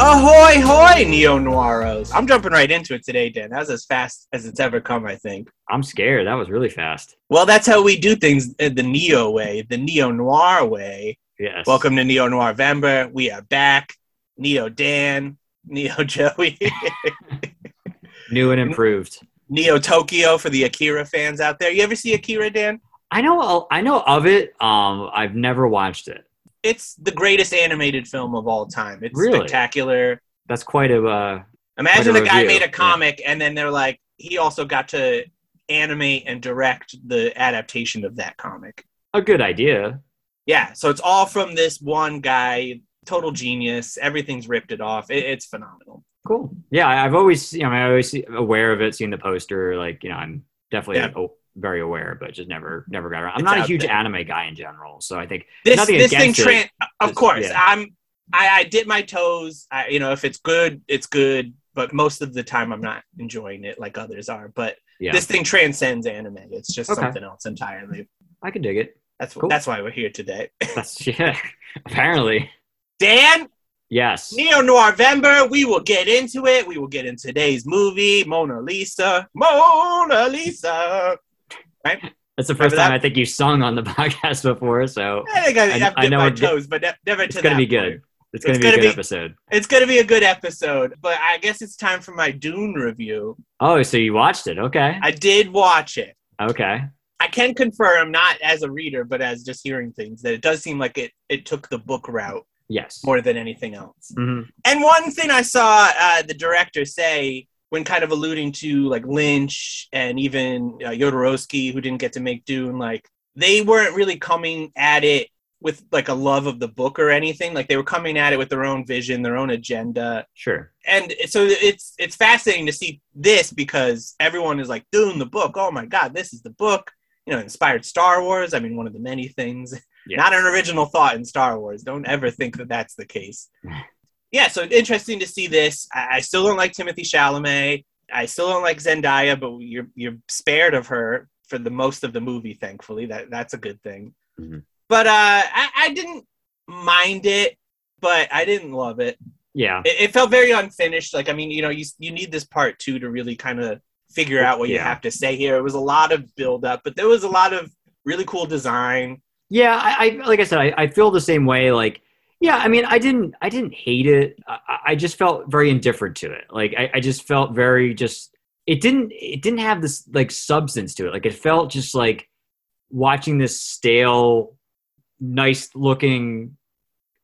Ahoy, hoy, neo noiros! I'm jumping right into it today, Dan. That was as fast as it's ever come, I think. I'm scared. That was really fast. Well, that's how we do things uh, the neo way, the neo noir way. Yes. Welcome to Neo Noir Vember. We are back. Neo Dan, Neo Joey, New and improved. Neo Tokyo for the Akira fans out there. You ever see Akira, Dan? I know. I know of it. Um, I've never watched it. It's the greatest animated film of all time. It's Really? spectacular. That's quite a. Uh, Imagine Like a the guy review, made a yeah. comic and then they're like, he also got to animate and direct the adaptation of that comic. a good idea. Yeah, so it's all from this one guy, total genius. Everything's ripped it off. It, it's phenomenal. Cool. Yeah, I- I've always. You know, I'm always aware of it. Seen the poster. Like, you know, I'm definitely Yeah. oh, very aware, but just never, never got around. I'm It's not a out huge there. anime guy in general, so I think This Nothing this thing, against it. tran of Just- course. yeah. I'm I, I dip my toes. I, you know, if it's good, it's good. But most of the time, I'm not enjoying it like others are. But yeah, this thing transcends anime. It's just Okay. something else entirely. I can dig it. That's Cool. that's why we're here today. That's yeah. Apparently, Dan, yes. Neo Noir Vember, we will get into it. We will get in today's movie, Mona Lisa. Mona Lisa. That's the first Remember time that? I think you sung on the podcast before, so I think I, I- I've dipped I know my it- toes, but ne- never it's to gonna that be point. good. It's gonna It's be a gonna good be- episode. It's going to be a good episode, but I guess it's time for my Dune review. Oh, so you watched it? Okay. I did watch it. Okay. I can confirm, not as a reader, but as just hearing things, that it does seem like it, it took the book route Yes. more than anything else. Mhm. And one thing I saw uh, the director say when kind of alluding to like Lynch and even uh, Jodorowsky, who didn't get to make Dune, like they weren't really coming at it with like a love of the book or anything. Like they were coming at it with their own vision, their own agenda. Sure. And so it's it's fascinating to see this because everyone is like Dune, the book. Oh my God, this is the book. You know, inspired Star Wars. I mean, one of the many things. Yeah. Not an original thought in Star Wars. Don't ever think that that's the case yeah, so interesting to see this. I, I still don't like Timothy Chalamet. I still don't like Zendaya, but you're you're spared of her for the most of the movie. Thankfully, that that's a good thing. Mhm. But uh, I, I didn't mind it, but I didn't love it. Yeah. it. It felt very unfinished. Like I mean, you know, you you need this part two to really kind of figure out what you Yeah. have to say here. It was a lot of build up, but there was a lot of really cool design. Yeah. I, I like I said, I, I feel the same way. Like, yeah. I mean, I didn't. I didn't hate it. I, I- I just felt very indifferent to it. Like, I, I just felt very just. It didn't. It didn't have this like substance to it. Like, it felt just like watching this stale, nice looking,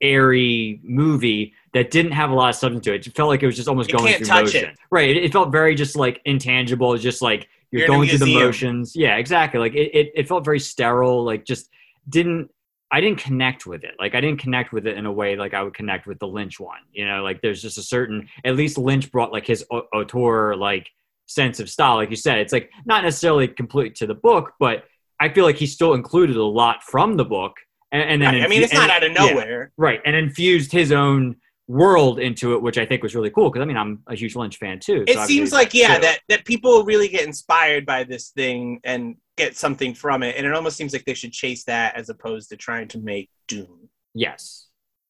airy movie that didn't have a lot of substance to it. It felt like it was just almost You going can't through touch it. motion. Right. It, it felt very just like intangible, just like you're, You're in a going through the museum. motions. Yeah, exactly. Like it, it, it felt very sterile, like just didn't I didn't connect with it. Like I didn't connect with it in a way like I would connect with the Lynch one. You know, like there's just a certain at least Lynch brought like his au- auteur like sense of style. Like you said, it's like not necessarily complete to the book, but I feel like he still included a lot from the book. And, and then I mean, it's and- not out of yeah. nowhere. right and infused his own world into it which i think was really cool because i mean i'm a huge lynch fan too so it seems obviously- like yeah too. that that people really get inspired by this thing and get something from it and it almost seems like they should chase that as opposed to trying to make doom yes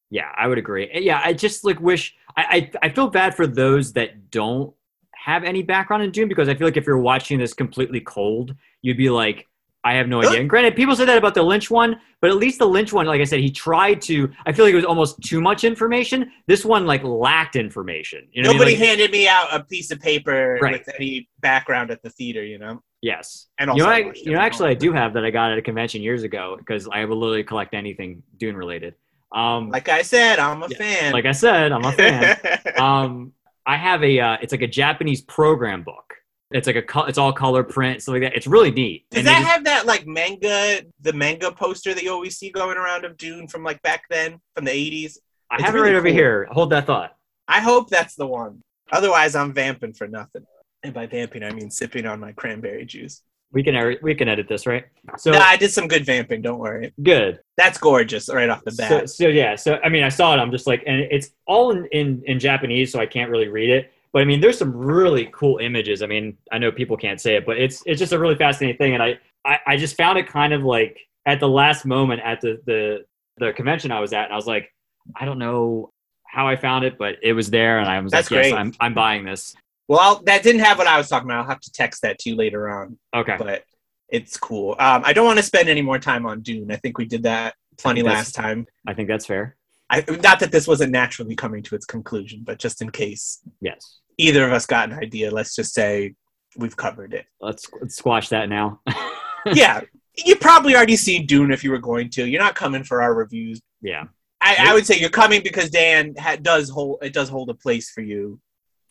yeah i would agree And yeah i just like wish I, I i feel bad for those that don't have any background in doom because i feel like if you're watching this completely cold you'd be like I have no idea. And granted, people say that about the Lynch one, but at least the Lynch one, like I said, he tried to. I feel like it was almost too much information. This one, like, lacked information. You know what I mean? nobody Like- handed me out a piece of paper Right. with any background at the theater you know Yes. and you know, I I, watched it you know, at actually, I do have that I got at a convention years ago because I will literally collect anything Dune related. Um, home. like, like i said i'm a Yeah, fan I said, I'm a fan. um, I have a, uh, it's like a Japanese program book. It's like a, co- it's all color print, stuff like that. It's really neat. does And they that just- have that like manga the manga poster that you always see going around of dune from like back then from the 80s I it's have it really right over cool. here. Hold that thought. I hope that's the one. Otherwise, I'm vamping for nothing. And by vamping, I mean sipping on my cranberry juice. We can, er- we can edit this, right? So nah, I did some good vamping. Don't worry. good. That's gorgeous right off the So, bat. so yeah, so I mean, I saw it. I'm just like, and it's all in, in in Japanese, so I can't really read it. But I mean, there's some really cool images. I mean, I know people can't say it, but it's it's just a really fascinating thing. And I I, I just found it kind of like at the last moment at the the the convention I was at, and I was like, I don't know how I found it, but it was there, and I was That's like, yes, great. I'm I'm buying this. Well, I'll, that didn't have what I was talking about. I'll have to text that to you later on, Okay, but it's cool. Um, I don't want to spend any more time on Dune. I think we did that plenty That's- last time. I think that's fair. I, not that this wasn't naturally coming to its conclusion, but just in case Yes, either of us got an idea, let's just say we've covered it. let's, let's squash that now. yeah, you probably already seen Dune if you were going to. You're not coming for our reviews. yeah, I, Yeah. I would say you're coming because Dan ha- does hold it does hold a place for you.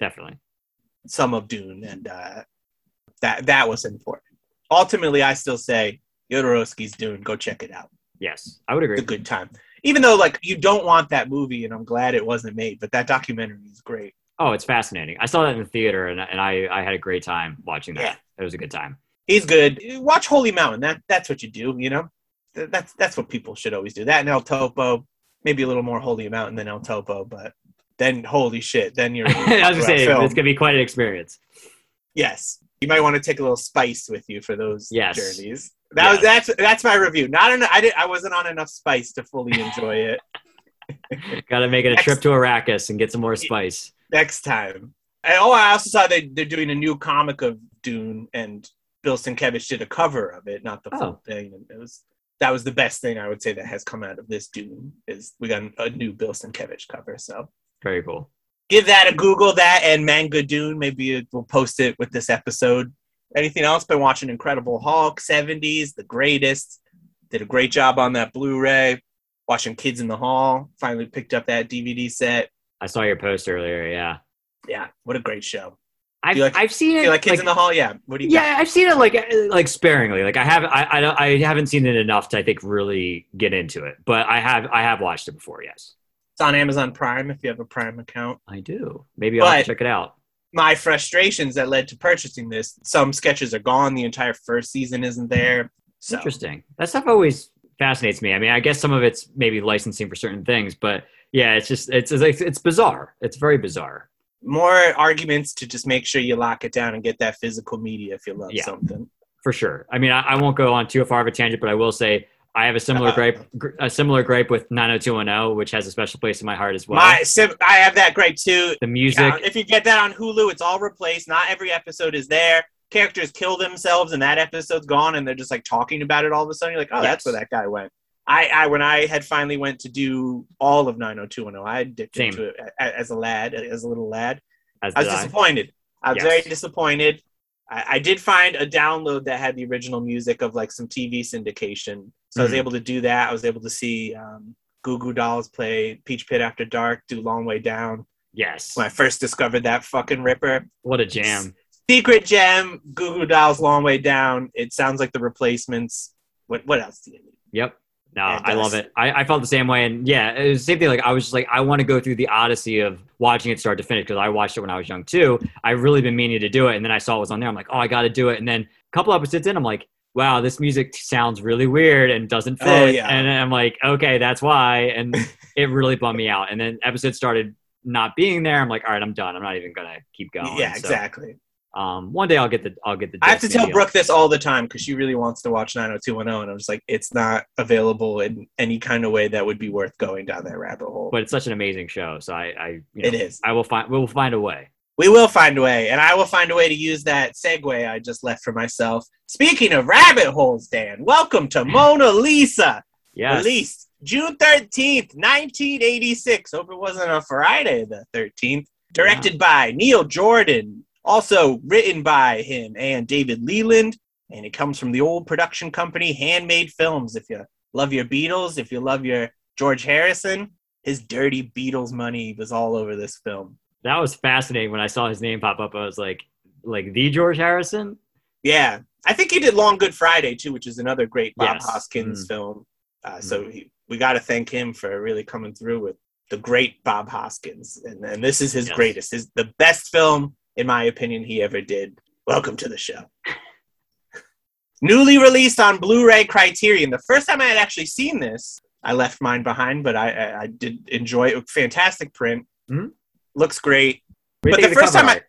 definitely. Some of Dune, and uh, that that was important. Ultimately, I still say Jodorowsky's Dune. Go check it out. Yes, I would It's a agree. good time. Even though like you don't want that movie, and I'm glad it wasn't made. But that documentary is great. Oh, it's fascinating. I saw that in the theater, and and I I had a great time watching that. Yeah. It was a good time. He's good. Watch Holy Mountain. That that's what you do. You know, Th- that's that's what people should always do. That and El Topo, maybe a little more Holy Mountain than El Topo, but then holy shit, then you're. I was about just saying film. it's gonna be quite an experience. Yes, you might want to take a little spice with you for those Yes. journeys. That was that's that's my review. Not en- I did I wasn't on enough spice to fully enjoy it. Got to make it a Next- trip to Arrakis and get some more spice. Next time. And, oh, I also saw they they're doing a new comic of Dune, and Bill Sienkiewicz did a cover of it, not the full Oh. thing. And it was that was the best thing I would say that has come out of this Dune is we got a new Bill Sienkiewicz cover. So Very cool. give that a Google that and Manga Dune. Maybe it- we'll post it with this episode. Anything else? Been watching Incredible Hulk, 70s, the greatest. Did a great job on that Blu ray. Watching Kids in the Hall. Finally picked up that DVD set. I saw your post earlier. Yeah, Yeah, what a great show. I've like- I've seen You it. like Kids in the Hall? Yeah. What do you got? yeah, I've seen it like uh, like sparingly. Like I haven't I, I don't I haven't seen it enough to I think really get into it. But I have I have watched it before. Yes, It's on Amazon Prime if you have a Prime account. I do. Maybe I'll have to check it out. My frustrations that led to purchasing this some sketches are gone. The entire first season isn't there. So Interesting. That stuff always fascinates me. I mean, I guess some of it's maybe licensing for certain things, but yeah, it's just it's it's, like- it's bizarre. It's very bizarre. more arguments to just make sure you lock it down and get that physical media if you love Yeah. something. for sure. I mean, I, I won't go on too far of a tangent, but I will say I have a similar Uh-oh. gripe, gr- a similar gripe with 90210, which has a special place in my heart as well. My sim- I have that great too. the music, Yeah, if you get that on Hulu, it's all replaced. Not every episode is there. Characters kill themselves, and that episode's gone, and they're just like talking about it all of a sudden. You're like, oh, that's Yes. where that guy went. I, I when I had finally went to do all of 90210, I dipped Same. into it a- a- as a lad, as a little lad. as I did was I. disappointed. I was Yes. very disappointed. I, I did find a download that had the original music of like some TV syndication, so I was Mhm. able to do that. I was able to see um, Goo Goo Dolls play Peach Pit After Dark, do Long Way Down. Yes. When I first discovered that fucking ripper, What a jam. Secret Gem, Goo Goo Dolls, Long Way Down. It sounds like the replacements. What what else do you need? Yep. No, Yeah, it I love does. it. I, I felt the same way. And yeah, it was the same thing. Like, I was just like, I want to go through the odyssey of watching it start to finish because I watched it when I was young too. I really been meaning to do it. And then I saw it was on there. I'm like, oh, I got to do it. And then a couple episodes in, I'm like, wow, this music sounds really weird and doesn't fit. Oh, yeah. And I'm like, okay, that's why. And it really bummed me out. And then episodes started not being there. I'm like, all right, I'm done. I'm not even going to keep going. yeah, So, exactly. um, one day I'll get the, I'll get the, I have to gist, tell maybe I'll- Brooke this all the time because she really wants to watch 90210, and I'm just like, it's not available in any kind of way that would be worth going down that rabbit hole. but it's such an amazing show. So I, I, you know, it is. I will find, we'll find a way. We will find a way, and I will find a way to use that segue I just left for myself. Speaking of rabbit holes, Dan, welcome to Mona Lisa, Yes. released June 13th, 1986. Hope it wasn't on Friday the 13th. Directed by Neil Jordan, also written by him and David Leland, and it comes from the old production company Handmade Films. If you love your Beatles, if you love your George Harrison, his dirty Beatles money was all over this film. That was fascinating when I saw his name pop up. I was like, like the George Harrison? Yeah, I think he did Long Good Friday too, which is another great Bob Yes. Mm. Hoskins film. Uh, so he, we got to thank him for really coming through with the great Bob Hoskins, and, and this is his Yes. greatest, his the best film in my opinion he ever did. Welcome to the show. Newly released on Blu-ray Criterion. The first time I had actually seen this, I left mine behind, but I I, I did enjoy it. Fantastic print. Mhm. Looks great. What do you But think the of first cover time I- art?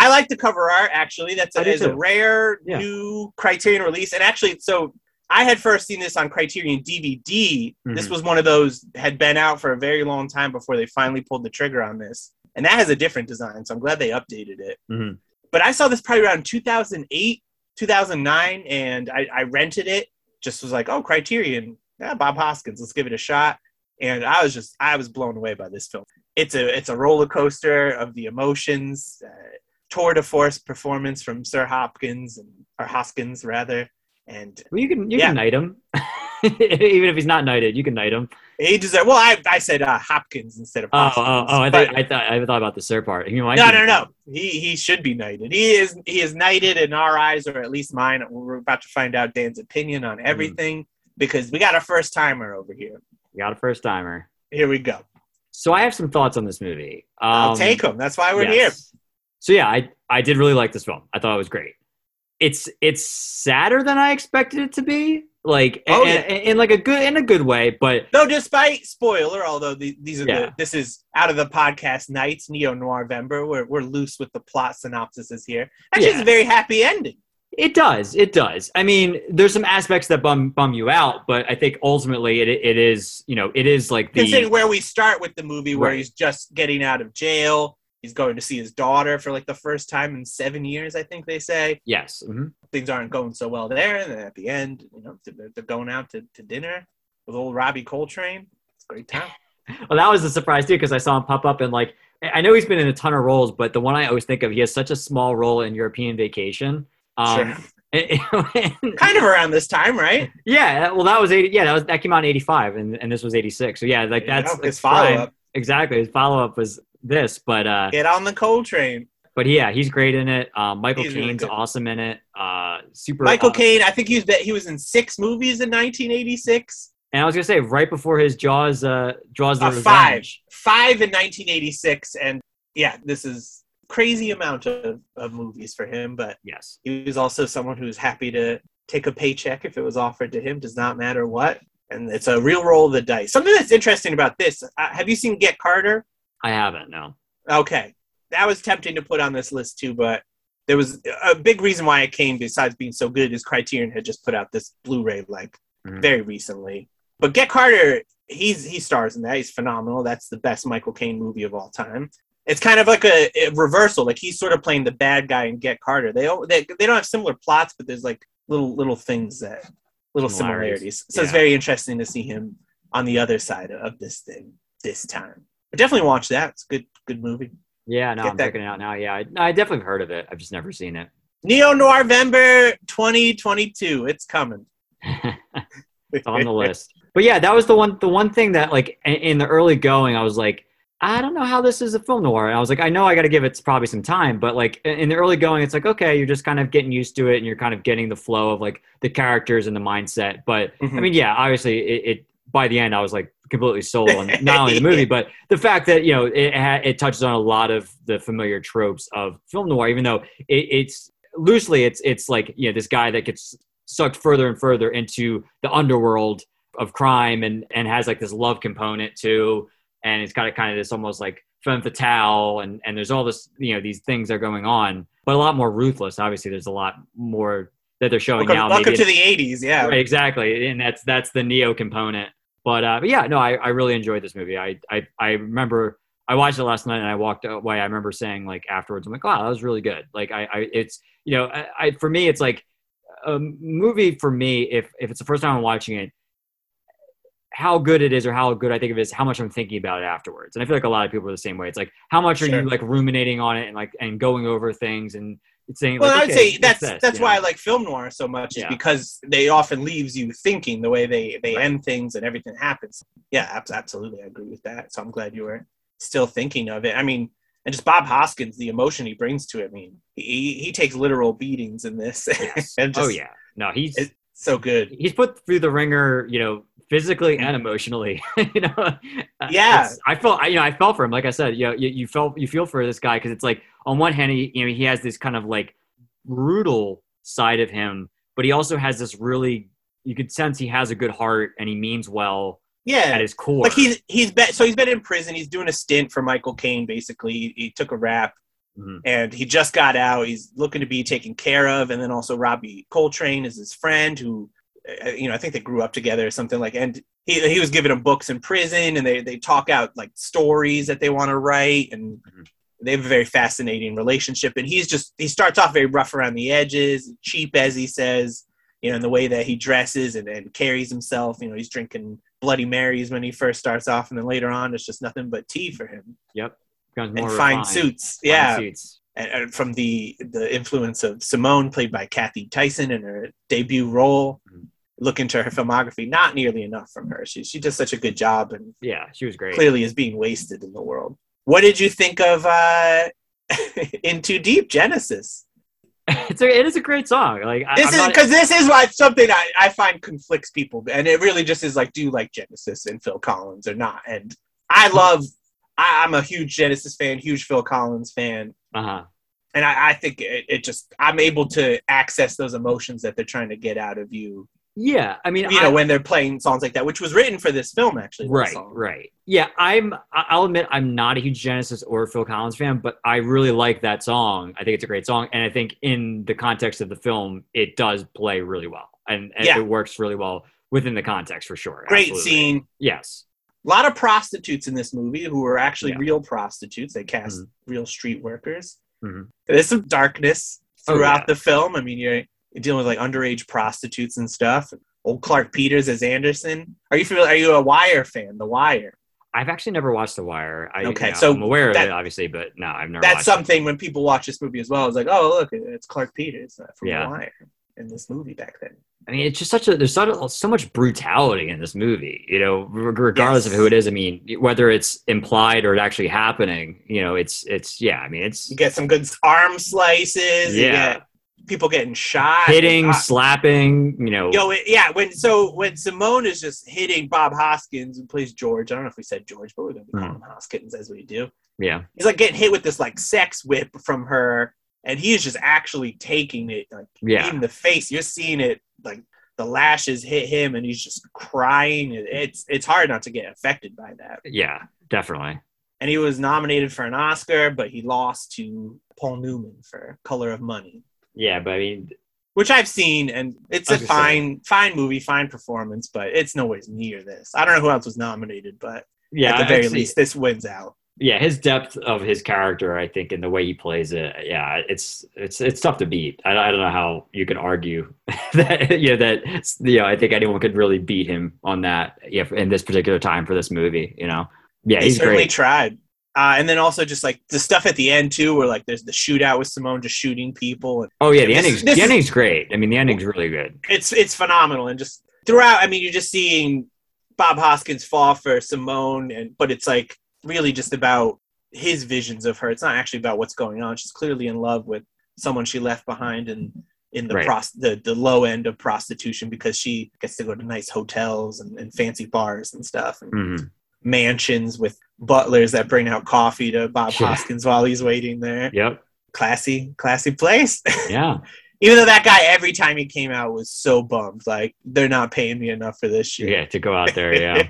I like the cover art actually. That's I a, do is a too. rare Yeah. new Criterion release, and actually, so I had first seen this on Criterion DVD. This Mhm. was one of those had been out for a very long time before they finally pulled the trigger on this, and that has a different design. So I'm glad they updated it. Mhm. But I saw this probably around 2008, 2009, and I, I rented it. Just was like, oh, Criterion, yeah, Bob Hoskins, let's give it a shot. And I was just, I was blown away by this film. It's a, it's a roller coaster of the emotions. Uh, tour de force performance from Sir Hopkins and or Hoskins rather, and Well, you can you Yeah. can knight him, even if he's not knighted. You can knight him. he deserves. Well, I, I said uh, Hopkins instead of Oh, oh, Hoskins. oh, I but- thought I thought I thought about the sir part. He might no, be- no, no. He he should be knighted. He is he is knighted in our eyes, or at least mine. We're about to find out Dan's opinion Hmm. on everything because we got a first timer over here. You got a first timer. Here we go. So I have some thoughts on this movie. Um, I'll take him. That's why we're here. yes. So yeah, I I did really like this film. I thought it was great. It's it's sadder than I expected it to be. Like Oh, and, and- in like a good in a good way, but No, despite spoiler, although the, these are Yeah. the this is out of the podcast nights, Neo Noir Vember. We're we're loose with the plot synopsises here. Actually, it's a Yeah. very happy ending. It does. It does. I mean, there's some aspects that bum bum you out, but I think ultimately it it is you know it is like Considering the where we start with the movie, where Right. he's just getting out of jail, he's going to see his daughter for like the first time in seven years. I think they say yes. mhm. things aren't going so well there, and then at the end, you know, they're, they're going out to, to dinner with old Robbie Coltrane. It's a great time. Well, that was a surprise too because I saw him pop up in like I I know he's been in a ton of roles, but the one I always think of he has such a small role in European Vacation. Um, sure. and- Kind of around this time, right? yeah. that- Well, that was eighty. Yeah, that was that came out in eighty five, and and this was eighty six. So yeah, like You know, that's his that's prime. follow-up. Exactly. His follow up was this, but uh, Get on the Coltrane. but yeah, he's great in it. Um, Michael He's Caine's really good. awesome in it. Uh, super Michael uh, Caine. I think he was he was in six movies in 1986, And I was gonna say right before his jaws uh draws the Uh, revenge. five. five in 1986, and yeah, this is crazy amount of, of movies for him. But Yes. he was also someone who was happy to take a paycheck if it was offered to him, does not matter what. And it's a real roll of the dice. Something that's interesting about this: uh, have you seen Get Carter? I haven't, no. Okay, that was tempting to put on this list too, but there was a big reason why it came besides being so good is Criterion had just put out this Blu-ray like Mhm. very recently. But Get Carter, he's he stars in that. He's phenomenal. That's the best Michael Caine movie of all time. It's kind of like a, a reversal. Like he's sort of playing the bad guy in Get Carter. They don't they, they don't have similar plots, but there's like little little things that little Similarities. similarities. So it's Yeah. very interesting to see him on the other side of this thing this time. But definitely watch that. It's a good good movie. Yeah, no, Get I'm that- checking it out now. Yeah, I, no, I definitely heard of it. I've just never seen it. Neo November 2022. It's coming. It's on the list. But yeah, that was the one the one thing that like in, in the early going I was like, I don't know how this is a film noir. And I was like, I know I gotta give it probably some time, but like in, in the early going it's like, okay, you're just kind of getting used to it and you're kind of getting the flow of like the characters and the mindset. But Mm-hmm. I mean, yeah, obviously it, it by the end I was like completely sold on not only the movie, but the fact that you know it ha- it touches on a lot of the familiar tropes of film noir, even though it, it's loosely it's it's like you know this guy that gets sucked further and further into the underworld of crime and and has like this love component too, and it's got a kind of this almost like femme fatale and and there's all this you know these things that are going on, but a lot more ruthless. Obviously, there's a lot more that they're showing welcome now. welcome to Maybe the 80s. Yeah. Right, exactly, and that's that's the Neo component. But uh, but yeah, no, I, I really enjoyed this movie. I, I I remember I watched it last night and I walked away. I remember saying like afterwards, I'm like, wow, that was really good. Like I, I it's you know, I, I for me it's like a movie for me if if it's the first time I'm watching it, how good it is or how good I think of it is how much I'm thinking about it afterwards. And I feel like a lot of people are the same way. It's like how much are Sure. you like ruminating on it and like and going over things and saying. Well, like, I would say okay, what's that's this? that's You why I know? like film noir so much is Yeah. because they often leaves you thinking the way they they Right. end things and everything happens. Yeah, abs- absolutely, I agree with that. So I'm glad you were still thinking of it. I mean, and just Bob Hoskins, the emotion he brings to it. I mean, he he takes literal beatings in this. and oh just- yeah, no, he's It's so good. he's put through the ringer, you know, physically and emotionally. you know, Uh, Yeah. it's- I felt, I, you know, I felt for him. Like I said, you know, you, you felt, you feel for this guy because it's like on one hand, he, you know, he has this kind of like brutal side of him, but he also has this really, you could sense he has a good heart and he means well Yeah, at his core. like he's he's been so he's been in prison. He's doing a stint for Michael Caine. Basically, he, he took a rap Mhm. and he just got out. He's looking to be taken care of, and then also Robbie Coltrane is his friend who uh, you know, I think they grew up together or something like. And he he was giving them books in prison, and they they talk out like stories that they want to write, and Mhm. they have a very fascinating relationship. And he's just he starts off very rough around the edges, cheap as he says, you know, in the way that he dresses and, and carries himself. You know, he's drinking Bloody Marys when he first starts off, and then later on, it's just nothing but tea for him Becomes and more fine refined. suits. Fine yeah, suits. and, and from the the influence of Simone, played by Kathy Tyson, in her debut role. Mhm. Look into her filmography, not nearly enough from her. She she does such a good job, and Yeah, she was great. clearly is being wasted in the world. What did you think of uh, In Too Deep Genesis? it's a, it is a great song. Like I, This I'm is not- because this is why something I, I find conflicts people, and it really just is like, do you like Genesis and Phil Collins or not? And I love, I, I'm a huge Genesis fan, huge Phil Collins fan. uh-huh. and I, I think it, it just I'm able to access those emotions that they're trying to get out of you. Yeah, I mean, You I- know, when they're playing songs like that, which was written for this film actually. that right song. right yeah i'm I- i'll admit i'm not a huge genesis or phil collins fan but i really like that song i think it's a great song and i think in the context of the film it does play really well and, and Yeah. it works really well within the context for sure Great Absolutely. scene. yes A lot of prostitutes in this movie who were actually Yeah. real prostitutes. They cast Mhm. real street workers. Mhm. There's some darkness Oh, throughout the yeah. film. I mean, you're dealing with like underage prostitutes and stuff. Old Clark Peters as Anderson. Are you familiar? Are you a Wire fan? The Wire. i've actually never watched the wire I, Okay, you know, so i'm aware that- of it obviously but no i've never that's watched it. something when people watch this movie as well. It's like, oh, look, it's Clark Peters uh, from Yeah. The Wire in this movie back then. I mean, it's just such a there's so, so much brutality in this movie. You know, reg- regardless of who it is. I mean, whether it's implied or it actually happening. You know, it's it's yeah. I mean, it's You get some good arm slices. You Yeah. get people getting shot, hitting, Uh, slapping. You know, Yo, it, yeah. When so when Simone is just hitting Bob Hoskins, who plays George. I don't know if we said George, but we're gonna call Mhm. him Hoskins as we do. yeah, He's like getting hit with this like sex whip from her, and he is just actually taking it like yeah. in the face. You're seeing it like the lashes hit him, and he's just crying. It- It's it's hard not to get affected by that. Yeah, definitely. And he was nominated for an Oscar, but he lost to Paul Newman for Color of Money, Yeah, but I mean, which I've seen, and it's I a was gonna say. fine fine movie, fine performance, but it's nowhere near this. I don't know who else was nominated, but yeah, at the very I'd say- least, this wins out. yeah, his depth of his character, I think, and the way he plays it, yeah, it's it's it's tough to beat. I, I don't know how you could argue that you know that you know I think anyone could really beat him on that. Yeah, in this particular time for this movie, you know, yeah, They he's certainly great. tried. Uh, and then also just like the stuff at the end too, where like there's the shootout with Simone just shooting people, and Oh yeah, the This- ending's this the is- ending's great. I mean, the ending's really good. it's it's phenomenal and just throughout i mean you're just seeing bob hoskins fall for simone and but it's like really just about his visions of her it's not actually about what's going on she's clearly in love with someone she left behind in in the Right. prost- the, the low end of prostitution because she gets to go to nice hotels and, and fancy bars and stuff and hmm mansions with butlers that bring out coffee to bob Yeah. hoskins while he's waiting there Yep. classy classy place Yeah. even though that guy every time he came out was so bummed, like they're not paying me enough for this shit. Yeah. To go out there. Yeah.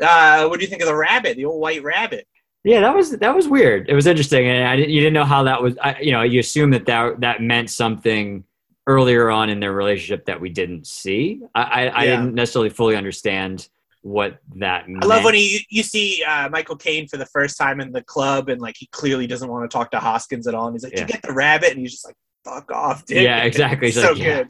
uh, what do you think of the rabbit, the old white rabbit? Yeah, that was that was weird. It was interesting, and I didn't, you didn't know how that was. I, you know, you assume that, that that meant something earlier on in their relationship that we didn't see. I I, I Yeah. didn't necessarily fully understand what that. meant. I love when he you see uh, Michael Caine for the first time in the club, and like he clearly doesn't want to talk to Hoskins at all, and he's like, "Do Yeah. "You get the rabbit," and he's just like, "Fuck off, dude." Yeah, exactly. He's so like, yeah.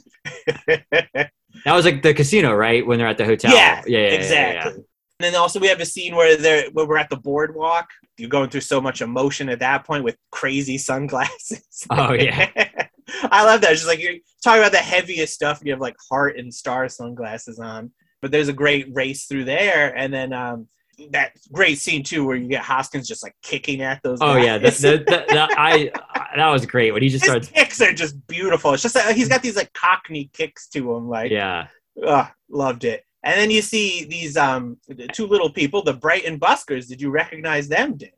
good. that was like the casino, right? When they're at the hotel. Yeah, yeah, yeah, yeah, exactly. And then also we have a scene where they're where we're at the boardwalk. You're going through so much emotion at that point with crazy sunglasses. Oh, yeah. I love that. It's just like you're talking about the heaviest stuff. And you have like heart and star sunglasses on. But there's a great race through there, and then um, that great scene too where you get Hoskins just like kicking at those. Oh guys. yeah, that, that, that, that- I I- that was great when he just his starts. kicks are just beautiful. It's just that he's got these like Cockney kicks to him, like Yeah, Ugh, loved it. And then you see these um, the two little people, the Brighton Buskers. Did you recognize them, Dan?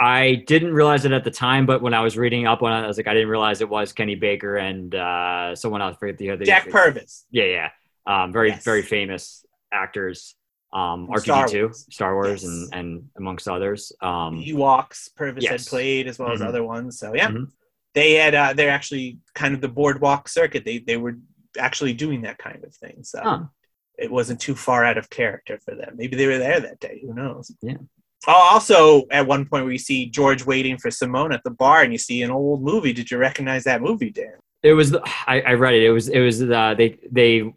I didn't realize it at the time, but when I was reading up on it, I was like, I didn't realize it was Kenny Baker and uh, someone else. I forget the other. Jack Purvis. Yeah, yeah. Um, very, Yes. very famous actors. Um, From Star R2D2, Star Wars, Yes. and, and amongst others. Um, Ewoks. Purvis Yes. had played as well as Mhm. other ones. So yeah, Mhm. they had. Uh, they're actually kind of the boardwalk circuit. They they were actually doing that kind of thing. So Huh. it wasn't too far out of character for them. Maybe they were there that day. Who knows? Yeah. Oh, Also, at one point, where you see George waiting for Simone at the bar, and you see an old movie. Did you recognize that movie, Dan? It was the, I, I read it. It was it was uh, they they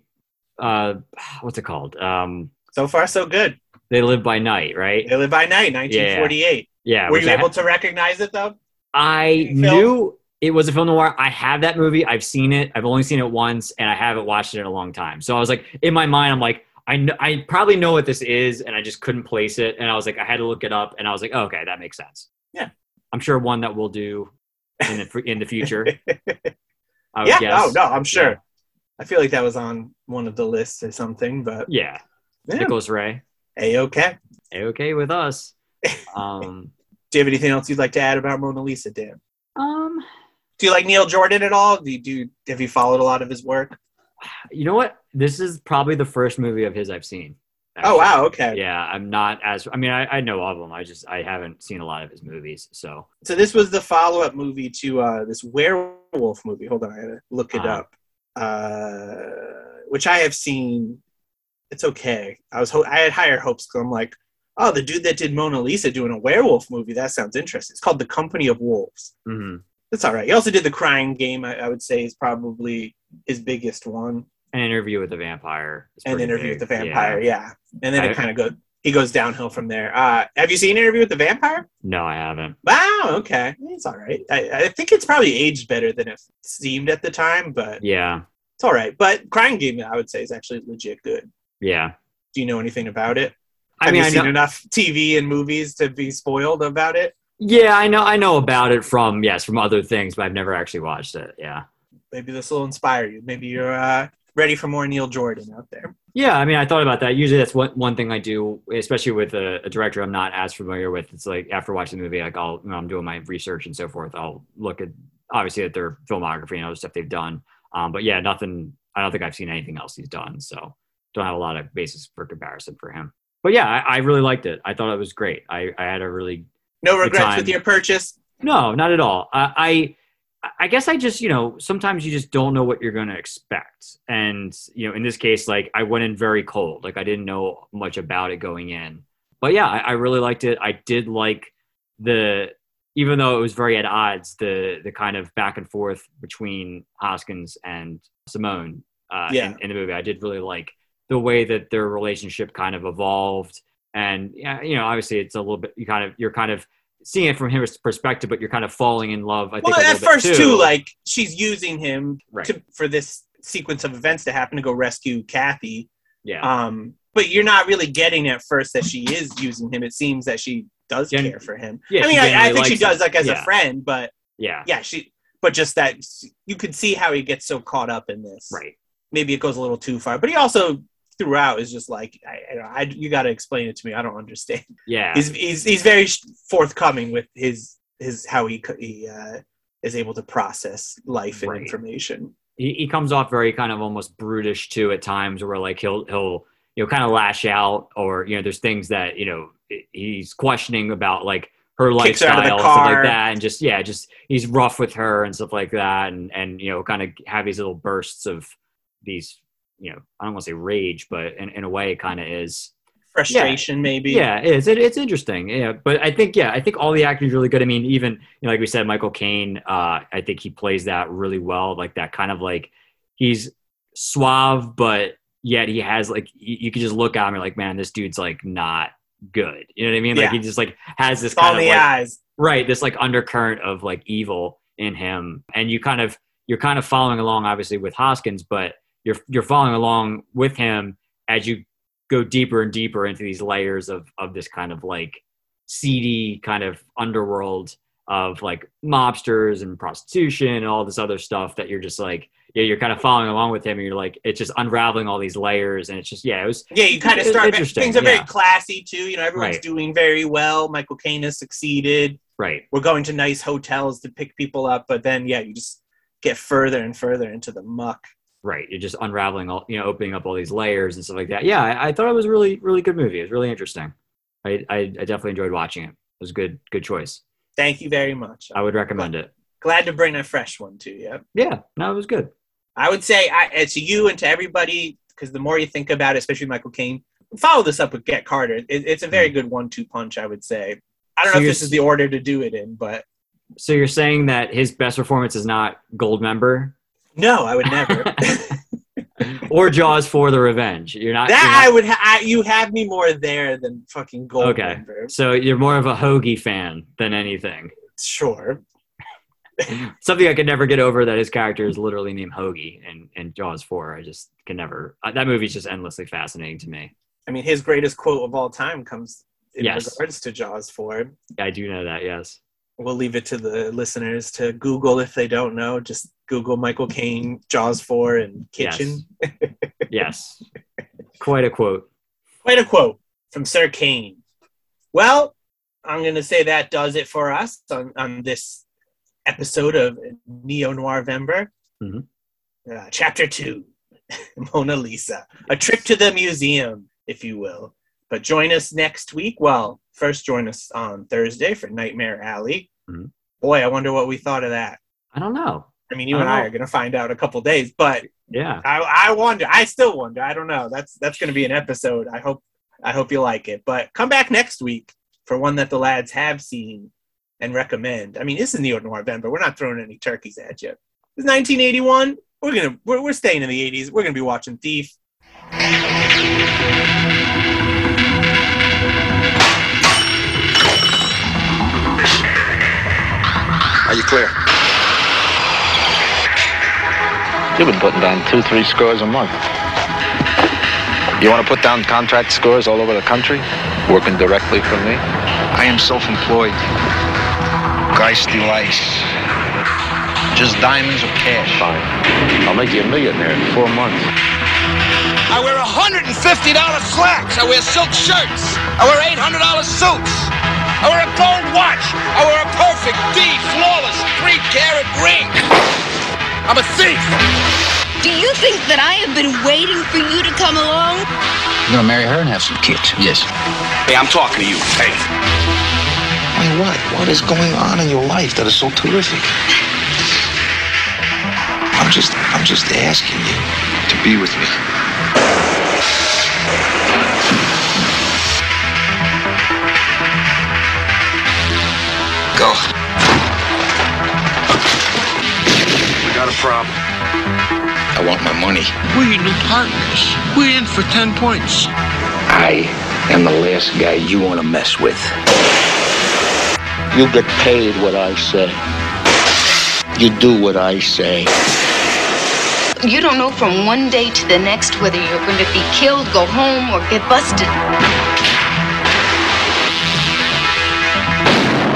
uh, what's it called? Um, So far, so good. they live by night, right? They live by night, 1948. Yeah. Were which you I- able to recognize it though? I film? knew it was a film noir. I have that movie. I've seen it. I've only seen it once, and I haven't watched it in a long time. So I was like, in my mind, I'm like, I kn- I probably know what this is, and I just couldn't place it. And I was like, I had to look it up, and I was like, "Oh, okay, that makes sense. Yeah. I'm sure one that we'll do in the in the future. I would yeah. guess. Oh no, I'm sure. Yeah. I feel like that was on one of the lists or something, but Yeah, yeah. Nicholas Ray, a okay. okay with us. Um, Do you have anything else you'd like to add about Mona Lisa, Dan? um, Do you like Neil Jordan at all? Do you, do you- have you followed a lot of his work? you know what? This is probably the first movie of his I've seen. Oh actually. wow, okay. yeah i'm not as i mean I, I know of him i just i haven't seen a lot of his movies so So this was the follow-up movie to uh, this werewolf movie. Hold on, I gotta look it Uh-huh. up. Uh, which I have seen. It's okay. I was ho- I had higher hopes because I'm like, oh, the dude that did Mona Lisa doing a werewolf movie. That sounds interesting. It's called The Company of Wolves. mhm. That's all right. He also did The Crying Game. I, I would say is probably his biggest one. an interview with the vampire is and pretty Interview big. with the Vampire. Yeah. Yeah, and then I- it kind of goes. He goes downhill from there. Uh, have you seen Interview with the Vampire? no i haven't Wow. Okay, it's all right. I, I think it's probably aged better than it seemed at the time, but yeah it's all right. But Crying Game, I would say, is actually legit good. yeah Do you know anything about it? i have mean you i seen know enough TV and movies to be spoiled about it? yeah i know i know about it from yes from other things but i've never actually watched it yeah Maybe this will inspire you. Maybe you're uh, ready for more Neil Jordan out there. yeah i mean i thought about that usually that's one, one thing i do especially with a, a director i'm not as familiar with it's like after watching the movie like i'll when i'm doing my research and so forth i'll look at obviously at their filmography and other stuff they've done um, but yeah nothing i don't think i've seen anything else he's done so don't have a lot of basis for comparison for him but yeah i, I really liked it i thought it was great i, I had a really No Good regrets time. with your purchase. no, not at all. Uh, I, I, I guess I just, you know, sometimes you just don't know what you're going to expect. And, you know, in this case, like I went in very cold. Like I didn't know much about it going in. But yeah, I, I really liked it. I did like the, even though it was very at odds, the the kind of back and forth between Hoskins and Simone uh, Yeah. in, in the movie. I did really like the way that their relationship kind of evolved. And yeah, you know, obviously, it's a little bit you kind of you're kind of seeing it from his perspective, but you're kind of falling in love. I think Well, a at little bit, first too, like she's using him right? to, for this sequence of events to happen to go rescue Kathy. yeah, Um, but you're not really getting at first that she is using him. It seems that she does Gen- care for him. yeah. I she mean, I, I genuinely think she likes him. does, like as Yeah. a friend. But Yeah, yeah, she. But just that you could see how he gets so caught up in this. right. Maybe it goes a little too far. But he also throughout is just like, I, I, I you got to explain it to me. I don't understand. Yeah, He's, he's he's very sh- forthcoming with his his how he co- he uh, is able to process life and Right. information. he, he comes off very kind of almost brutish too at times where like he'll he'll you know kind of lash out or you know there's things that you know he's questioning about like her Kicks her lifestyle out of the and stuff car. like that and just yeah just he's rough with her and stuff like that and and you know kind of have these little bursts of these you know i don't want to say rage but in, in a way it kind of is Frustration, maybe. Yeah, it's it, it's interesting. Yeah, but I think yeah, I think all the actors really good. I mean, even you know, like we said, Michael Caine. Uh, I think he plays that really well. Like that kind of like he's suave, but yet he has like you, you can just look at him and like, man, this dude's like not good. You know what I mean? Like Yeah. he just like has this It's all kind in of the like, eyes. right this like undercurrent of like evil in him and you kind of you're kind of following along obviously with hoskins but you're you're following along with him as you go deeper and deeper into these layers of of this kind of like seedy kind of underworld of like mobsters and prostitution and all this other stuff that you're just like yeah you're kind of following along with him and you're like it's just unraveling all these layers and it's just yeah it was Yeah, you kind of It's start. interesting, Things are very yeah. classy too. You know, everyone's Right. doing very well. Michael Caine has succeeded. right We're going to nice hotels to pick people up, but then yeah, you just get further and further into the muck. right you're just unraveling all you know opening up all these layers and stuff like that yeah i, I thought it was a really really good movie it was really interesting I, I i definitely enjoyed watching it it was a good good choice Thank you very much. Uh, i would recommend it Glad to bring a fresh one to you. yeah no it was good I would say I, it's you and to everybody because the more you think about it, especially Michael Caine, follow this up with Get Carter. It, it's a very good one-two punch, I would say. I don't Hmm. know So if you're this is the order to do it in, but So you're saying that his best performance is not Gold Member no, I would never. or Jaws for the Revenge. You're not. you're that not- I would. Ha- I, you have me more there than fucking gold. Okay. member. so you're more of a Hoagie fan than anything. Sure. Something I could never get over that his character is literally named Hoagie in, in Jaws 4. I just can never. Uh, that movie's just endlessly fascinating to me. I mean, his greatest quote of all time comes in Yes. regards to Jaws four. I do know that, yes. We'll leave it to the listeners to Google if they don't know. Just Google Michael Caine, Jaws four, and kitchen. Yes. yes. Quite a quote. Quite a quote from Sir Kane. Well, I'm going to say that does it for us on, on this episode of Neo Noir Vember, Mhm. uh, Chapter 2 Mona Lisa. A trip to the museum, if you will. But join us next week. Well, first join us on Thursday for Nightmare Alley. Mhm. Boy, I wonder what we thought of that. I don't know. I mean, you I and I know. are going to find out a couple days, but Yeah. I, I wonder. I still wonder. I don't know. That's that's going to be an episode. I hope I hope you like it. But come back next week for one that the lads have seen and recommend. I mean, this is Neo November. We're not throwing any turkeys at you. It's 1981. We're gonna we're, we're staying in the 80s. We're gonna be watching Thief. Are you clear? You've been putting down two, three scores a month. You want to put down contract scores all over the country, working directly for me? I am self-employed. Geist Delice. Just diamonds or cash. Fine. I'll make you a millionaire in four months. I wear $150 slacks. I wear silk shirts. I wear $800 suits. I wear a gold watch. I wear a perfect D, flawless, three carat ring. I'm a thief. Do you think that I have been waiting for you to come along? I'm gonna marry her and have some kids. Yes. Hey, I'm talking to you. Hey. Why what? What is going on in your life that is so terrific? I'm just I'm just asking you to be with me. Go. We got a problem. I want my money. We're your new partners. We're in for 10 points. I am the last guy you wanna mess with. You get paid what I say. You do what I say. You don't know from one day to the next whether you're going to be killed, go home, or get busted.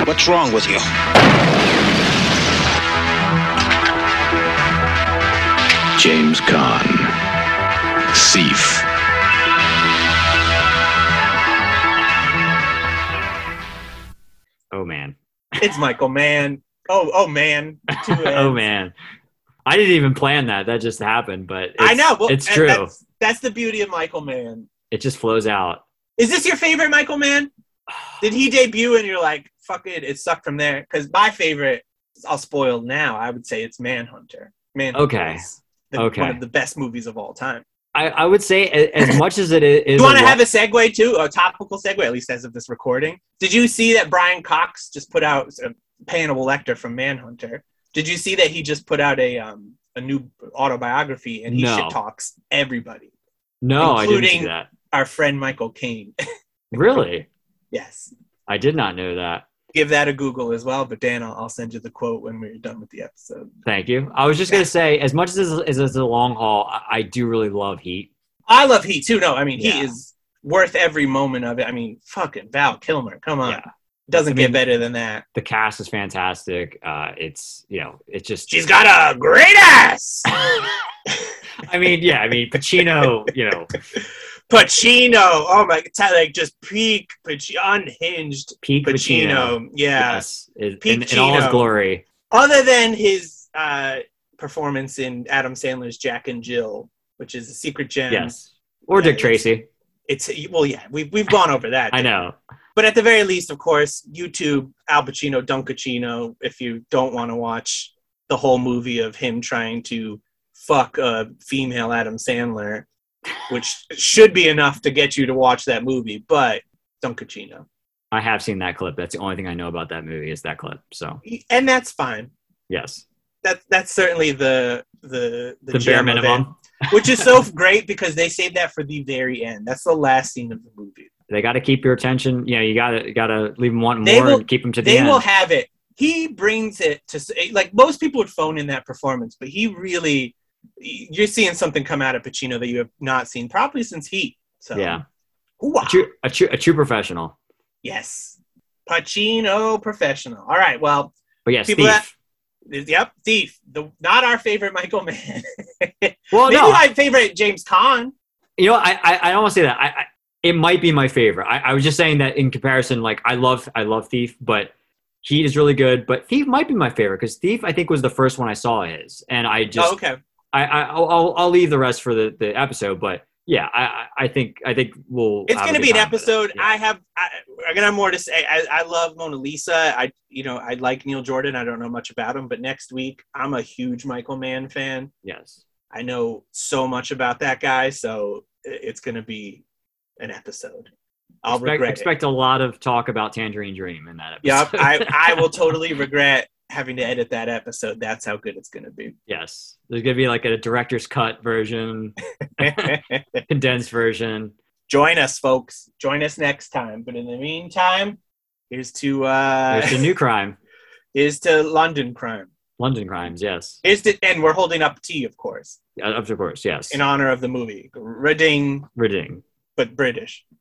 What's wrong with you? James Caan. Thief. Oh, man. It's Michael Mann. Oh oh man. Two Oh, N's. man. I didn't even plan that. That just happened, but it's, I know. Well, it's and true. That's, that's the beauty of Michael Mann. It just flows out. Is this your favorite Michael Mann? Did he debut and you're like, fuck it, it sucked from there? Because my favorite, I'll spoil now, I would say it's Manhunter. Manhunter Okay. is the- Okay. one of the best movies of all time. I, I would say a- as much as it is. you want to wa- have a segue too, a topical segue, at least as of this recording? Did you see that Brian Cox just put out uh, a Hannibal Lecter from Manhunter? Did you see that he just put out a um, a new autobiography and he No. shit talks everybody? No, I didn't including- see that. Our friend Michael Caine. Really? yes. I did not know that. Give that a Google as well, but Dan, I'll, I'll send you the quote when we're done with the episode. Thank you. I was just going to say, as much as this is, is a long haul, I, I do really love Heat. I love Heat too. No, I mean Yeah. he is worth every moment of it. I mean, fucking Val Kilmer, come on, Yeah. doesn't I get mean- better than that. The cast is fantastic. Uh, it's, you know, it's just. She's got a great ass. I mean, yeah, I mean, Pacino, you know, Pacino, oh my, it's like just peak Pacino, unhinged peak Pacino. Pacino. Yeah. Yes. is- Peak in, in all his Chino. glory. Other than his uh, performance in Adam Sandler's Jack and Jill, which is a secret gem. Yes. Or Yeah, Dick it's- Tracy. It's well, yeah, we've we've gone over that. I know. But at the very least, of course, YouTube Al Pacino Dunkachino. If you don't want to watch the whole movie of him trying to fuck a female Adam Sandler, which should be enough to get you to watch that movie, but Dunkachino. I have seen that clip. That's the only thing I know about that movie is that clip. So And that's fine. yes, That that's certainly the the the, bare gem of it, minimum. which is so great because they saved that for the very end. That's the last scene of the movie. They got to keep your attention. You know, you got to got to leave them wanting They more will- and keep them to the they end. will have it. He brings it to eh, like most people would phone in that performance, but he really you're seeing something come out of Pacino that you have not seen probably since Heat. So yeah, Ooh-ah. a true, a true a true professional. yes, Pacino professional. All right, well, But yes, People thief. that- yep, Thief, the not our favorite Michael Mann. Maybe well, Oh, no, my favorite James Caan. you know, I I, I don't want to say that. I, I it might be my favorite. I, I was just saying that in comparison, like I love I love Thief, but Heat is really good. But Thief might be my favorite because Thief I think was the first one I saw his, and I just oh, okay. I, I I'll, I'll I'll leave the rest for the, the episode, but yeah, I I I think I think we'll. It's have a going to good be an time with it. episode. Yeah. I have. I, I'm going to have more to say. I, I love Mona Lisa. I, you know, I like Neil Jordan. I don't know much about him, but next week I'm a huge Michael Mann fan. yes, I know so much about that guy, so i- it's going to be an episode. I'll expect, regret it. expect a lot of talk about Tangerine Dream in that Yep, episode. I, I will totally regret having to edit that episode. That's how good it's going to be. yes, there's gonna be like a director's cut version, condensed version. Join us, folks. Join us next time. But in the meantime, here's to uh, There's a new crime, here's to London crime. London crimes. Yes, Is the and we're holding up tea, of course, Uh, of course. Yes, in honor of the movie. Reading, ridding. but British.